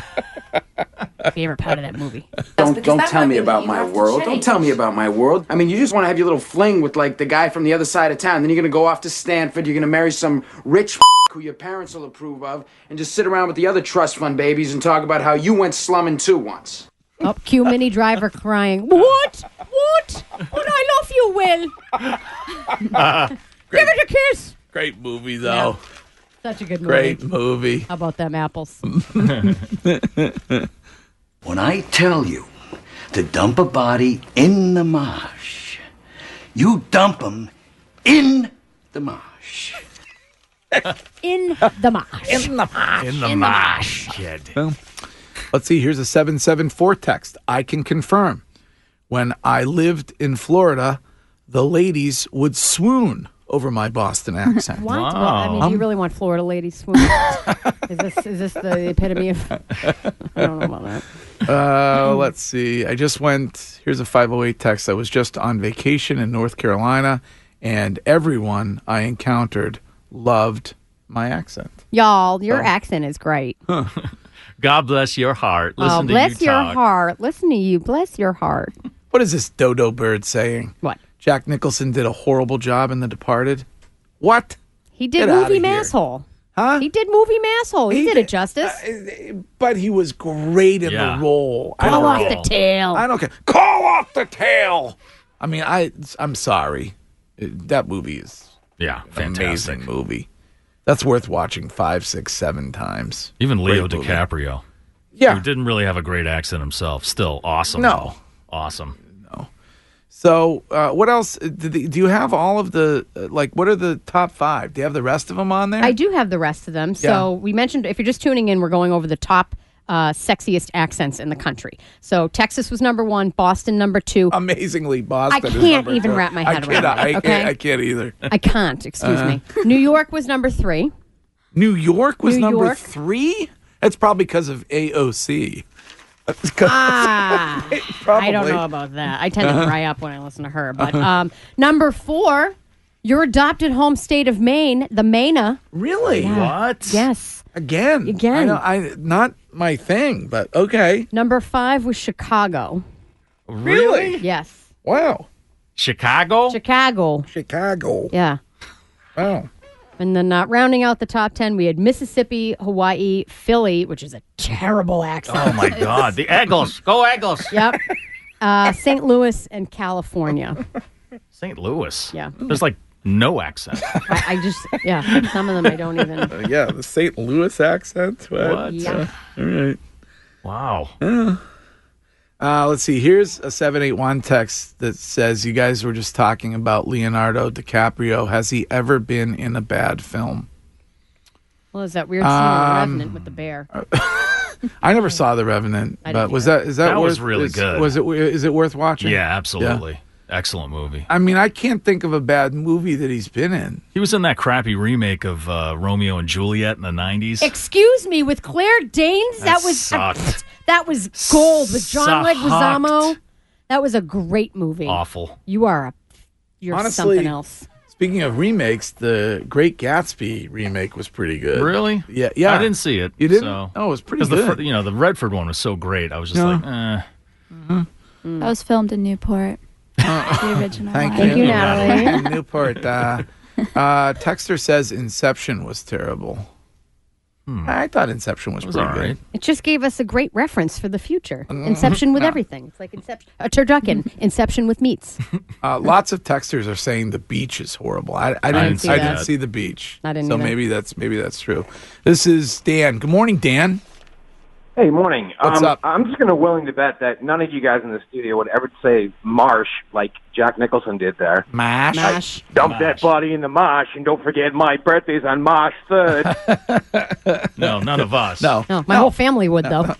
S2: Favorite part of that movie.
S16: Don't don't tell me about my world. Don't tell me about my world. I mean, you just want to have your little fling with like the guy from the other side of town. Then you're gonna go off to Stanford. You're gonna marry some rich who your parents will approve of, and just sit around with the other trust fund babies and talk about how you went slumming too once.
S2: Oh, cue mini driver crying. What? What? But I love you, Will. Give it a kiss.
S5: Great movie though.
S2: Such a good movie.
S5: Great movie.
S2: How about them apples?
S17: When I tell you to dump a body in the marsh, you dump 'em in the marsh.
S2: In the marsh.
S5: In the marsh.
S4: In
S17: the In the marsh.
S4: kid.
S5: Well, let's see. Here's a 774 text. I can confirm. When I lived in Florida, the ladies would swoon over my Boston accent.
S2: What? Well, I mean, do you really want Florida ladies swoon? is this is this the epitome of? I don't know about that.
S5: Uh, let's see. I just went. Here's a 508 text. I was just on vacation in North Carolina, and everyone I encountered loved my accent.
S2: Y'all, your
S5: Oh.
S2: accent is great.
S4: God bless your heart. Listen
S2: Oh,
S4: to
S2: bless
S4: you
S2: your
S4: talk.
S2: heart. Listen to you. Bless your heart.
S5: What is this dodo bird saying?
S2: What?
S5: Jack Nicholson did a horrible job in The Departed. What?
S2: He did
S5: Get outta
S2: movie
S5: here.
S2: masshole. Huh? He did movie masshole. He, did it justice.
S5: But he was great in the role. I
S2: Call
S5: don't
S2: off
S5: care.
S2: the tail.
S5: I don't care. Call off the tail. I mean, I I'm sorry. It- That movie is
S4: yeah,
S5: amazing movie. That's worth watching five, six, seven times.
S4: Even Leo
S5: Great movie.
S4: DiCaprio.
S5: Yeah.
S4: Who didn't really have a great accent himself. Still awesome.
S5: No.
S4: Awesome.
S5: So, uh, what else? Do, the, do you have all of the, uh, like, what are the top five? Do you have the rest of them on there?
S2: I do have the rest of them. So we mentioned, if you're just tuning in, we're going over the top uh, sexiest accents in the country. So Texas was number one, Boston number two.
S5: Amazingly, Boston.
S2: I
S5: is
S2: can't
S5: number
S2: even
S5: two.
S2: wrap my
S5: I
S2: head
S5: can't-
S2: around
S5: I
S2: it.
S5: can't-
S2: Okay,
S5: I can't either.
S2: I can't. Excuse
S5: Uh-huh.
S2: me. New York was number three.
S5: New York was
S2: New
S5: number
S2: York.
S5: three? That's probably because of AOC. That's 'cause-
S2: Ah, I don't
S5: Probably.
S2: know about that. I tend to
S5: Uh-huh.
S2: dry up when I listen to her. But
S5: Uh-huh.
S2: um, number four, your adopted home state of Maine, the Mena.
S5: Really?
S2: What? Yes.
S5: Again. I,
S2: Again.
S5: know- I- not my thing, but okay.
S2: Number five was Chicago.
S5: Really?
S2: Yes.
S5: Wow.
S4: Chicago?
S2: Chicago.
S5: Chicago.
S2: Yeah.
S5: Wow.
S2: And then uh, rounding out the top 10, we had Mississippi, Hawaii, Philly, which is a terrible accent.
S4: Oh my God! The Eagles, go Eagles!
S2: Yep. Uh, St. Louis and California.
S4: St. Louis.
S2: Yeah.
S4: There's like no accent.
S2: I, I just, yeah, some of them I don't even.
S5: Uh, yeah, the St. Louis accent. What?
S2: What? Yeah.
S5: all right.
S4: Wow.
S5: Uh, let's see. Here's a 781 text that says, You guys were just talking about Leonardo DiCaprio. Has he ever been in a bad film?
S2: Well, is that weird scene in The
S5: Um,
S2: Revenant with the bear?
S5: I never saw The Revenant,
S2: I
S5: but
S2: didn't
S5: was
S2: either.
S5: that is that
S4: That was
S5: worth-
S4: really
S5: is-
S4: good.
S5: Was it is it worth watching?
S4: Yeah, absolutely. Excellent movie.
S5: I mean, I can't think of a bad movie that he's been in.
S4: He was in that crappy remake of uh, Romeo and Juliet in the '90s.
S2: Excuse me, with Claire Danes? That,
S4: That
S2: was
S4: sucked.
S2: that was gold with John
S4: Sucked.
S2: Leguizamo. That was a great movie.
S4: Awful.
S2: You are a, you're something else.
S5: Speaking of remakes, the Great Gatsby remake was pretty good.
S4: Really?
S5: Uh, Yeah, yeah.
S4: I didn't see it.
S5: You didn't?
S4: So.
S5: Oh, it was pretty
S4: 'Cause The,
S5: good.
S4: fir- you know, the Redford one was so great. I was just
S5: Yeah.
S4: like, eh.
S6: That was filmed in Newport. the original.
S5: Thank
S6: one.
S5: you, Newport. Uh, uh, Texter says Inception was terrible. I thought Inception was,
S4: Hmm. was
S5: pretty
S4: all right.
S5: good.
S2: It just gave us a great reference for the future. Inception with
S5: No.
S2: everything. It's like Inception, a turducken, Inception with meats.
S5: Uh, lots of texters are saying the beach is horrible. I, I
S2: I
S5: didn't. I
S2: didn't
S5: didn't,
S2: see
S5: see,
S2: that.
S5: the beach.
S2: I didn't
S5: So
S2: either.
S5: maybe that's maybe that's true. This is Dan. Good morning, Dan.
S11: Hey, morning.
S5: What's
S11: um,
S5: up?
S11: I'm just going to willing to bet that none of you guys in the studio would ever say marsh like Jack Nicholson did there.
S5: Mash.
S2: Mash.
S11: Dump that body in the marsh, and don't forget my birthday's on Marsh 3rd.
S4: no, none of us.
S5: no.
S2: No, Oh, my whole family would though.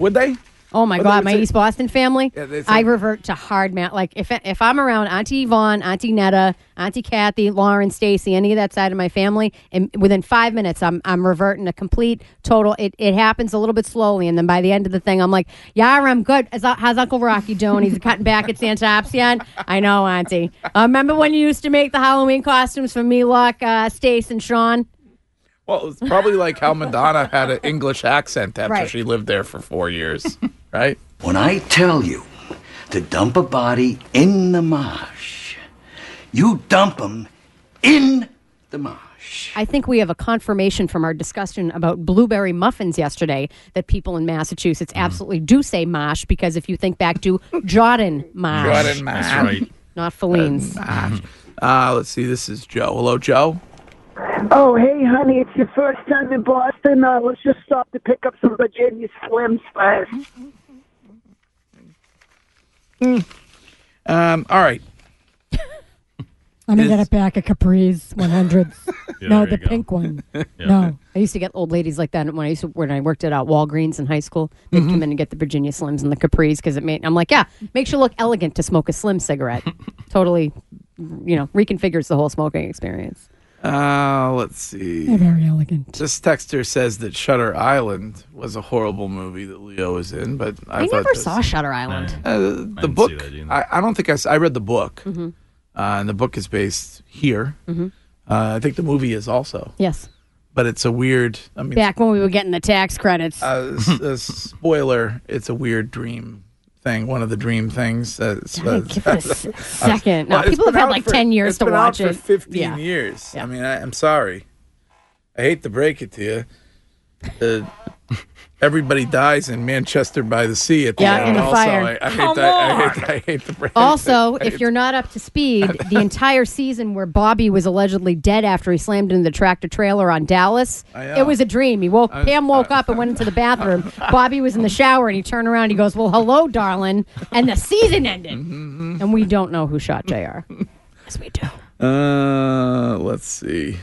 S5: would they?
S2: Oh my
S5: Well, they
S2: God,
S5: would
S2: my
S5: say-
S2: East Boston family.
S5: Yeah, they say-
S2: I revert to hard math. Like if if I'm around Auntie Yvonne, Auntie Netta, Auntie Kathy, Lauren, Stacy, any of that side of my family, and within five minutes, I'm I'm reverting to complete total. It, it happens a little bit slowly, and then by the end of the thing, I'm like, yeah, I'm good. How's, how's Uncle Rocky doing? He's cutting back at Santa Opsian. I know, Auntie. Uh, remember when you used to make the Halloween costumes for me, Luck, uh, Stace, and Sean?
S5: Well, it's probably like how Madonna had an English accent after
S2: Right.
S5: she lived there for four years, right?
S17: When I tell you to dump a body in the marsh, you dump 'em in the marsh.
S2: I think we have a confirmation from our discussion about blueberry muffins yesterday that people in Massachusetts
S5: Mm.
S2: absolutely do say mosh because if you think back to Jordan mosh,
S5: Jordan Mosh. That's right.
S2: not Feline's.
S5: Uh, let's see. This is Joe. Hello, Joe.
S18: Oh, hey, honey, it's your first time in Boston. Uh, let's just stop to pick up some Virginia Slims first.
S5: Um, all right.
S2: I'm
S5: gonna get
S2: a pack of Capri's 100s.
S5: Yeah, No, there the you go. pink
S2: one.
S5: No.
S2: I used to get old ladies like that when I used to, when I worked at uh, Walgreens in high school. They'd
S5: Mm-hmm.
S2: come in and get the Virginia Slims and the Capris because it made. I'm like, yeah, makes you look elegant to smoke a Slim cigarette. totally, you know, reconfigures the whole smoking experience.
S5: Uh, let's see.
S2: They're very elegant.
S5: This texter says that Shutter Island was a horrible movie that Leo was in, but
S2: I
S5: I, thought
S2: never
S5: this-
S2: saw Shutter Island.
S5: Uh, the book. I, I don't think I. s- I read the book,
S2: Mhm.
S5: uh, and the book is based here.
S2: Mhm.
S5: Uh, I think the movie is also,
S2: Yes.
S5: but it's a weird. I mean,
S2: Back when we were getting the tax credits.
S5: uh, s- a spoiler. It's a weird dream thing. One of the dream things. Uh, it's-
S2: Gotta give it a s-
S5: uh,
S2: second. No,
S5: it's
S2: people have
S5: been
S2: had
S5: out
S2: like
S5: for-
S2: 10 years
S5: it's
S2: to
S5: been out
S2: watch
S5: for
S2: it.
S5: 15
S2: Yeah.
S5: years. I mean, I, I'm sorry. I hate to break it to you. Uh, Everybody dies in Manchester by the Sea at the
S2: Yeah,
S5: end.
S2: in the
S5: also,
S2: fire.
S5: I, I, hate
S2: Come
S5: that, I, hate, I hate the brand.
S2: Also, if you're not up to speed, the entire season where Bobby was allegedly dead after he slammed into the tractor trailer on Dallas, it was a dream. He woke Pam woke up and went into the bathroom. Bobby was in the shower and he turned around. And he goes, "Well, hello, darling," and the season ended.
S5: Mm-hmm.
S2: And we don't know who shot Jr. yes, we do.
S5: Uh, let's see.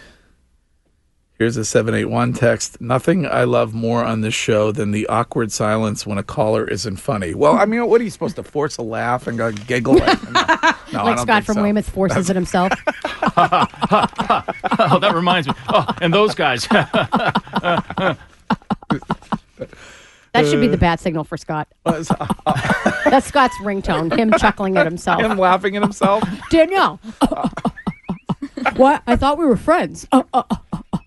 S5: Here's a 781 text. Nothing I love more on this show than the awkward silence when a caller isn't funny. Well, I mean, what are you supposed to force a laugh and go giggle? at? No, no, I
S2: like
S5: don't
S2: Scott
S5: think
S2: from
S5: so.
S2: Weymouth forces it himself.
S4: oh, that reminds me. Oh, and those guys. oh,
S2: That should be the bat signal for Scott. That's Scott's ringtone. Him chuckling at himself.
S5: Him laughing at himself.
S2: Danielle. what? I thought we were friends. Uh, uh, uh, uh, uh.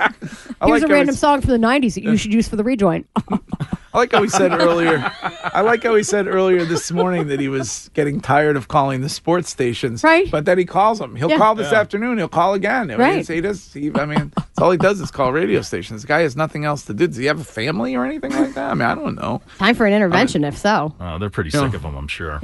S5: I
S2: Here's
S5: Oh, like
S2: a
S5: how
S2: random
S5: he's-
S2: song from the 90s that you should use for the rejoin.
S5: I like how he said earlier. I like how he said earlier this morning that he was getting tired of calling the sports stations. Right. But then he calls them. He'll
S2: Yeah.
S5: call this
S2: Yeah.
S5: afternoon. He'll call again. I mean,
S2: Right.
S5: He does. He, I mean, it's all he does is call radio stations. This guy has nothing else to do. Does he have a family or anything like that? I mean, I don't know.
S2: Time for an intervention, if so.
S5: Oh, they're
S4: Pretty sick of them, I'm sure.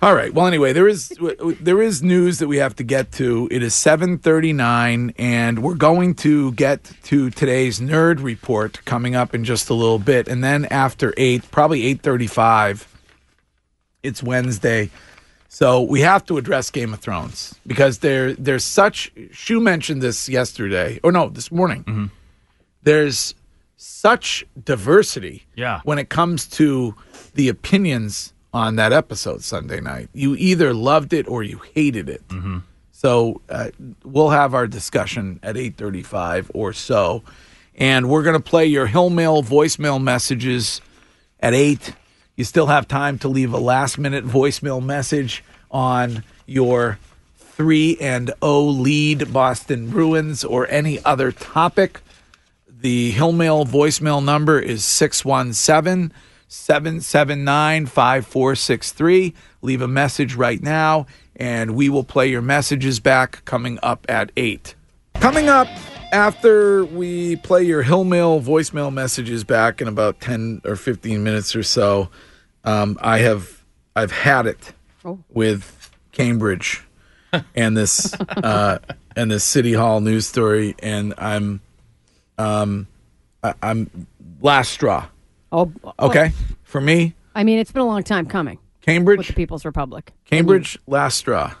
S5: All right. Well, anyway, there is w- w- there is news that we have to get to. It is 7:39 and we're going to get to today's nerd report coming up in just a little bit and then after 8, probably 8:35, it's Wednesday. So, we have to address Game of Thrones because there there's such Shu mentioned this yesterday or no, this morning. There's such diversity
S4: Yeah.
S5: when it comes to the opinions on that episode Sunday night. You either loved it or you hated it.
S4: Mhm.
S5: So uh, we'll have our discussion at 8:35 or so, and we're going to play your hill mail voicemail messages at eight. You still have time to leave a last minute voicemail message on your three and O lead Boston Bruins or any other topic. The Hillmail voicemail number is 617 779 5463. Leave a message right now, and we will play your messages back coming up at 8. Coming up after we play your Hillmail voicemail messages back in about 10 or 15 minutes or so, um, I have I've had it
S2: Oh.
S5: with Cambridge and this uh, and this City Hall news story, and I'm um, I, I'm last straw.
S2: Oh,
S5: Okay, for me,
S2: I mean, it's been a long time coming.
S5: Cambridge?
S2: With the People's Republic.
S5: Cambridge last straw,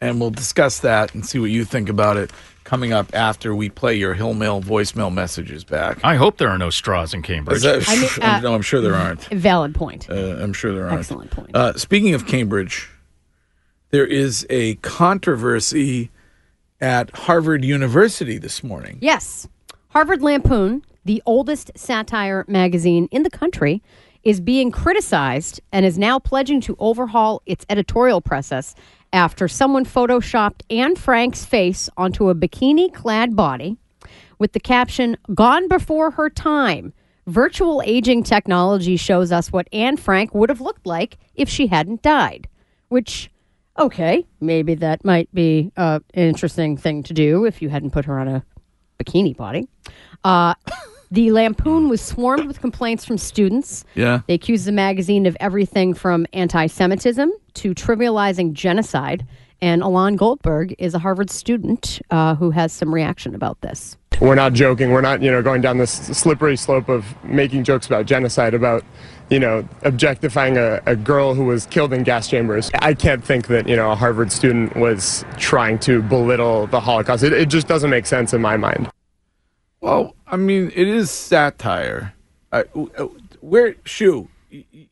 S5: and we'll discuss that and see what you think about it coming up after we play your Hill Mail voicemail messages back.
S4: I hope there are no straws in Cambridge.
S5: Is that-
S2: I mean, uh,
S5: no, I'm sure there aren't.
S2: Valid point.
S5: Uh, I'm sure there aren't.
S2: Excellent point.
S5: Uh, speaking of Cambridge, there is a controversy at Harvard University this morning.
S2: Yes. Harvard Lampoon, the oldest satire magazine in the country, is being criticized and is now pledging to overhaul its editorial process after someone photoshopped Anne Frank's face onto a bikini clad body with the caption, Gone Before Her Time. Virtual aging technology shows us what Anne Frank would have looked like if she hadn't died. Which, okay, maybe that might be uh, an interesting thing to do if you hadn't put her on a bikini body. Uh, the Lampoon was swarmed with complaints from students.
S5: Yeah.
S2: They accused the magazine of everything from anti Semitism to trivializing genocide. And Alon Goldberg is a Harvard student uh, who has some reaction about this.
S19: We're not joking. We're not, you know, going down this slippery slope of making jokes about genocide, about, you know, objectifying a, a girl who was killed in gas chambers. I can't think that, you know, a Harvard student was trying to belittle the Holocaust. It, it just doesn't make sense in my mind.
S5: Well, I mean, it is satire. Uh, w- uh, where, Shu, y- y-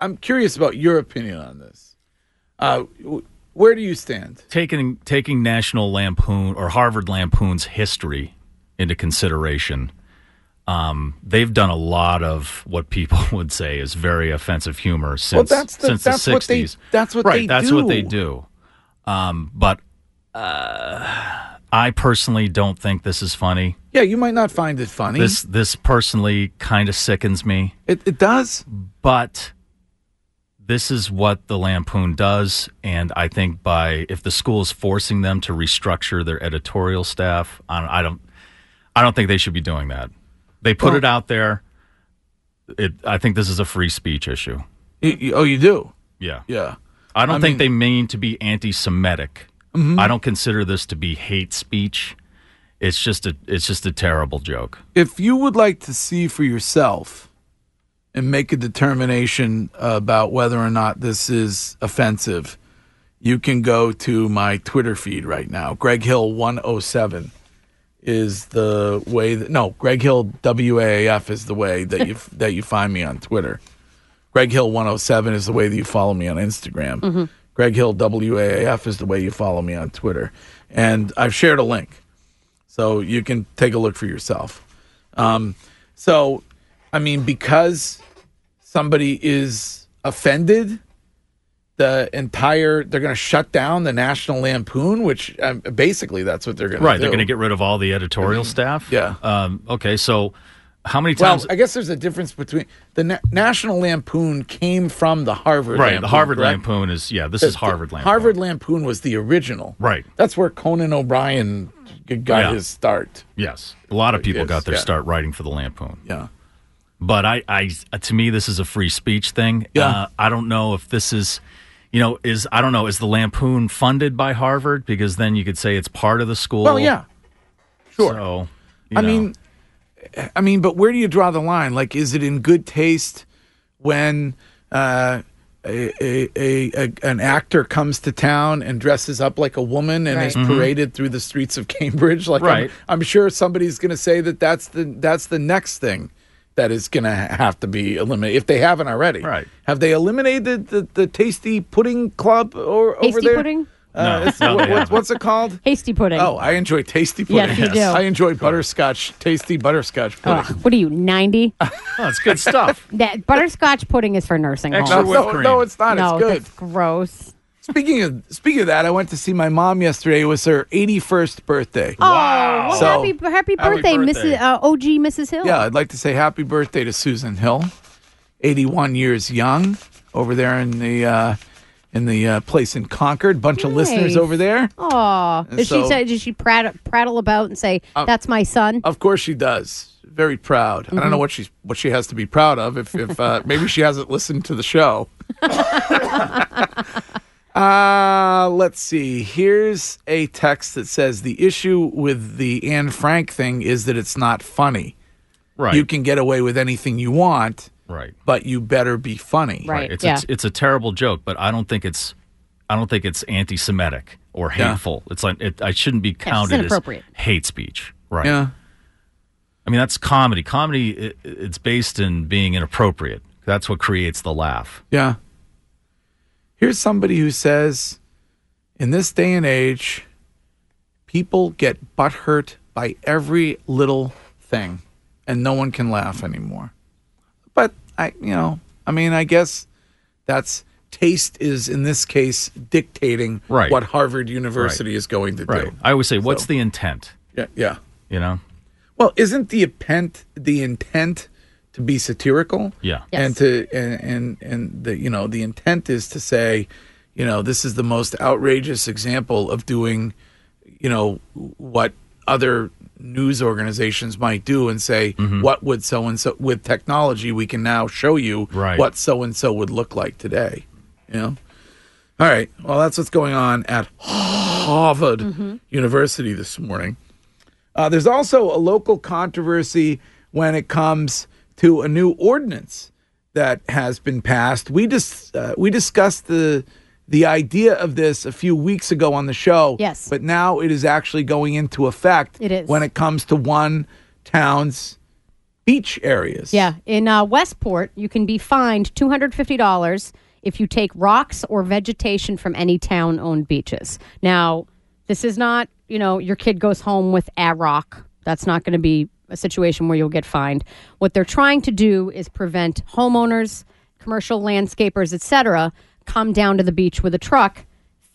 S5: I'm curious about your opinion on this. Uh, w- where do you stand?
S4: Taking taking National Lampoon or Harvard Lampoon's history into consideration, um, they've done a lot of what people would say is very offensive humor since
S5: that's the-
S4: since
S5: that's
S4: the
S5: what they-
S4: '60s.
S5: that's what
S4: right.
S5: they
S4: that's what
S5: do.
S4: they do. Um, but uh, I personally don't think this is funny.
S5: Yeah, you might not find it funny.
S4: This this personally kind of sickens me.
S5: It it does.
S4: But this is what the Lampoon does, and I think by if the school is forcing them to restructure their editorial staff, I don't I don't, I don't think they should be doing that. They put
S5: Well-
S4: it out there. it, I think this is a free speech issue.
S5: Y- y- oh, you do?
S4: Yeah.
S5: Yeah.
S4: I don't
S5: I
S4: think
S5: mean-
S4: they mean to be anti-Semitic.
S5: Mhm.
S4: I don't consider this to be hate speech. It's just a it's just a terrible joke.
S5: If you would like to see for yourself and make a determination about whether or not this is offensive, you can go to my Twitter feed right now. Greg Hill 107 is the way that no, Greg Hill WAAF is the way that you that you find me on Twitter. Greg Hill 107 is the way that you follow me on Instagram.
S20: Mhm.
S5: Greg Hill WAAF is the way you follow me on Twitter. And I've shared a link. So you can take a look for yourself. Um, so, I mean, because somebody is offended, the entire they're going to shut down the National Lampoon, which um, basically that's what they're going to
S4: Right,
S5: Do.
S4: they're going to get rid of all the editorial staff. Yeah. Um, okay, so how many
S5: Well,
S4: times?
S5: I guess there's a difference between the Na- National Lampoon came from the Harvard
S4: right, the
S5: Lampoon,
S4: Harvard
S5: correct?
S4: Lampoon is yeah. This
S5: The-
S4: is Harvard Lampoon.
S5: Harvard Lampoon was the original.
S4: Right.
S5: That's where Conan O'Brien g- got
S4: Yeah.
S5: his start.
S4: Yes, a lot of people
S5: Oh, Yes,
S4: got their
S5: yeah.
S4: start writing for the Lampoon.
S5: Yeah,
S4: but I, I, to me, this is a free speech thing.
S21: Yeah.
S4: uh, I don't know if this is, you know, is I don't know is the Lampoon funded by Harvard because then you could say it's part of the school.
S5: Well, yeah.
S4: sure. So, you
S5: I
S4: know.
S5: mean, I mean, but where do you draw the line? Like, is it in good taste when uh, a, a, a, a an actor comes to town and dresses up like a woman and is
S4: Right. Mhm.
S5: paraded through the streets of Cambridge? Like,
S4: Right.
S5: I'm, I'm sure somebody's going to say that that's the that's the next thing that is going to have to be eliminated if they haven't already. Right? Have they eliminated the, the tasty pudding club or over
S2: Hasty
S5: there?
S2: pudding?
S5: Uh, it's-
S4: no, they
S5: what-
S4: haven't.
S5: what's it called?
S2: Hasty pudding.
S5: Oh, I enjoy tasty pudding.
S2: Yes, you do.
S5: I enjoy butterscotch, tasty butterscotch pudding.
S2: Ugh, what are you, 90?
S4: that's good stuff.
S2: that butterscotch pudding is for nursing
S5: Extra
S2: homes.
S5: whipped No, no, cream. it's not. It's
S2: No,
S5: good.
S2: that's gross.
S5: Speaking of speaking of that, I went to see my mom yesterday. It was her 81st birthday.
S2: Oh, well, happy, happy, birthday, Mrs. Uh, OG Mrs. Hill.
S5: Yeah, I'd like to say happy birthday to Susan Hill, 81 years young, over there in the uh, in the uh, place in Concord. Bunch of listeners
S2: Nice.
S5: over there.
S2: Aw.
S5: And
S2: Did she
S5: so-
S2: say? Did she prat- prattle about and say,
S5: Um,
S2: "That's my son"?
S5: Of course she does. Very proud. I don't know
S2: Mhm.
S5: what she's what she has to be proud of. If if uh, maybe she hasn't listened to the show. uh, let's see. Here's a text that says the issue with the Anne Frank thing is that it's not funny.
S4: Right.
S5: You can get away with anything you want,
S4: right.
S5: but you better be funny.
S4: Right. It's it's, it's a terrible joke, but I don't think it's I don't think it's anti-Semitic or
S5: Yeah.
S4: hateful. It's like it, I shouldn't be counted as
S5: inappropriate.
S4: hate speech. Right.
S5: Yeah.
S4: I mean that's comedy. Comedy i it's based in being inappropriate. That's what creates the laugh.
S5: Yeah. Here's somebody who says, in this day and age, people get butthurt by every little thing, and no one can laugh anymore. But I, you know, I mean, I guess that's taste is in this case dictating
S4: Right.
S5: what Harvard University is going to
S4: Right.
S5: do.
S4: I always say, what's the intent?
S5: Yeah, yeah.
S4: You know.
S5: Well, isn't the intent the intent to be satirical?
S4: Yeah.
S5: and to and, and and the you know the intent is to say you know this is the most outrageous example of doing you know what other news organizations might do and say what would so and so with technology we can now show you
S4: Right.
S5: what so and so would look like today you know all right well that's what's going on at harvard
S2: Mm-hmm.
S5: university this morning uh, there's also a local controversy when it comes to a new ordinance that has been passed. We just uh, we discussed the the idea of this a few weeks ago on the show. Yes, but now it is actually going into effect.
S2: It is.
S5: when it comes to one town's beach areas.
S2: Yeah, in uh, Westport, you can be fined two hundred fifty dollars if you take rocks or vegetation from any town-owned beaches. Now, this is not you know your kid goes home with a rock. That's not going to be a situation where you'll get fined. What they're trying to do is prevent homeowners, commercial landscapers, etc., come down to the beach with a truck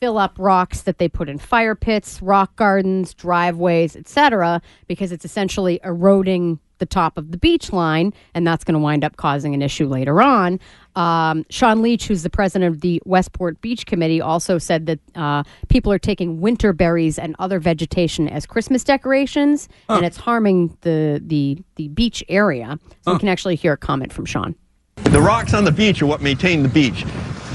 S2: fill up rocks that they put in fire pits, rock gardens, driveways, etc., because it's essentially eroding the top of the beach line, and that's going to wind up causing an issue later on. Um, Sean Leach, who's the president of the Westport Beach Committee, also said that uh, people are taking winter berries and other vegetation as Christmas decorations, and it's harming the the the beach area. So we can actually hear a comment from Sean.
S20: The rocks on the beach are what maintain the beach.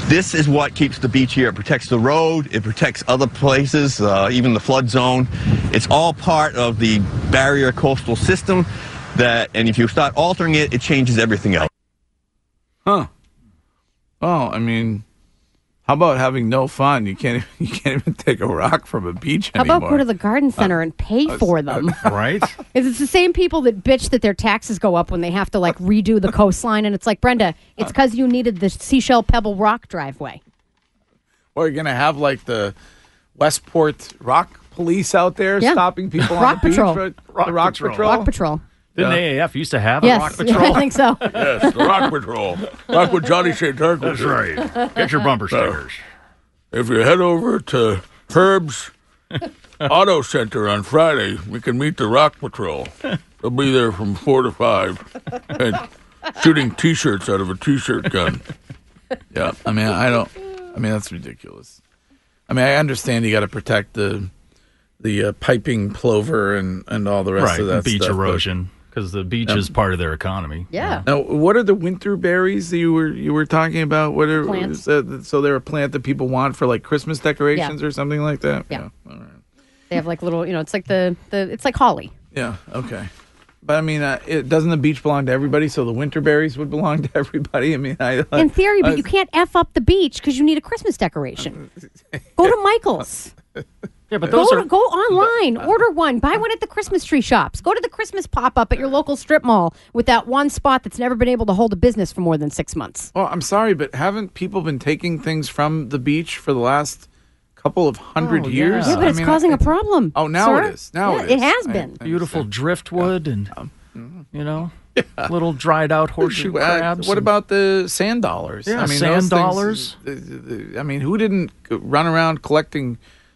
S20: This is what keeps the beach here. It protects the road, it protects other places, uh, even the flood zone. It's all part of the barrier coastal system that, and if you start altering it, it changes everything else.
S5: Huh. Well, I mean, how about having no fun? You can't you can't even take a rock from a beach
S2: How
S5: anymore.
S2: about go to the garden center and pay for them?
S5: right?
S2: Is it's the same people that bitch that their taxes go up when they have to like redo the coastline, and it's like Brenda, it's
S4: Uh.
S2: because you needed the seashell pebble rock driveway.
S5: Or you're gonna have like the Westport Rock Police out there stopping people on
S2: Rock
S5: the
S2: patrol.
S5: beach. for- Rock, rock patrol.
S2: Rock patrol.
S4: Didn't AAF used to have
S2: yes,
S4: a rock Oh. patrol?
S2: I think so.
S5: Yes, the Rock Patrol. Like what Johnny St. Dirk was
S4: That's right. Get your
S5: Oh.
S4: bumper stickers.
S5: if you head over to Herb's Auto Center on Friday, we can meet the Rock Patrol. They'll be there from 4 to 5 and shooting t shirts out of a t shirt gun. Yeah, I mean, I don't. I mean, that's ridiculous. I mean, I understand you got to protect the the uh, piping plover and, and all the rest
S4: right.
S5: of that
S4: beach
S5: stuff, but-
S4: erosion because the beach
S5: Yeah.
S4: is part of their economy.
S2: Yeah.
S5: Now, what are the winter berries that you were you were talking about? What are
S2: Plants.
S5: is that- so they're a plant that people want for like Christmas decorations or something like that?
S2: Yeah. They have like little, you know, it's like the the it's like holly.
S5: Yeah. Okay. But I mean, uh, it doesn't the beach belong to everybody? So the winter berries would belong to everybody. I mean, I
S4: Uh,
S2: In theory,
S5: I-
S2: but you can't f up the beach because you need a Christmas decoration. Go to Michael's.
S4: Yeah, but
S2: go,
S4: Uh, those
S2: to-
S4: are uh,
S2: go online, order one, buy one at the Christmas tree shops. Go to the Christmas pop up at your local strip mall with that one spot that's never been able to hold a business for more than six months.
S5: Well, oh, I'm sorry, but haven't people been taking things from the beach for the last couple of hundred years?
S2: Oh, Yeah, but
S5: I
S2: it's
S5: mean, I-
S2: causing a problem.
S5: Oh, now it
S2: sir.
S5: is. Now
S2: Yeah,
S5: it is.
S2: has
S5: I-
S2: been.
S4: beautiful driftwood and
S5: Um,
S4: you know little dried out horseshoe
S5: Uh,
S4: crabs.
S5: What
S4: and-
S5: about the sand dollars?
S4: Yeah,
S5: those
S4: sand dollars.
S5: uh, uh, uh, I mean, who didn't c- run around collecting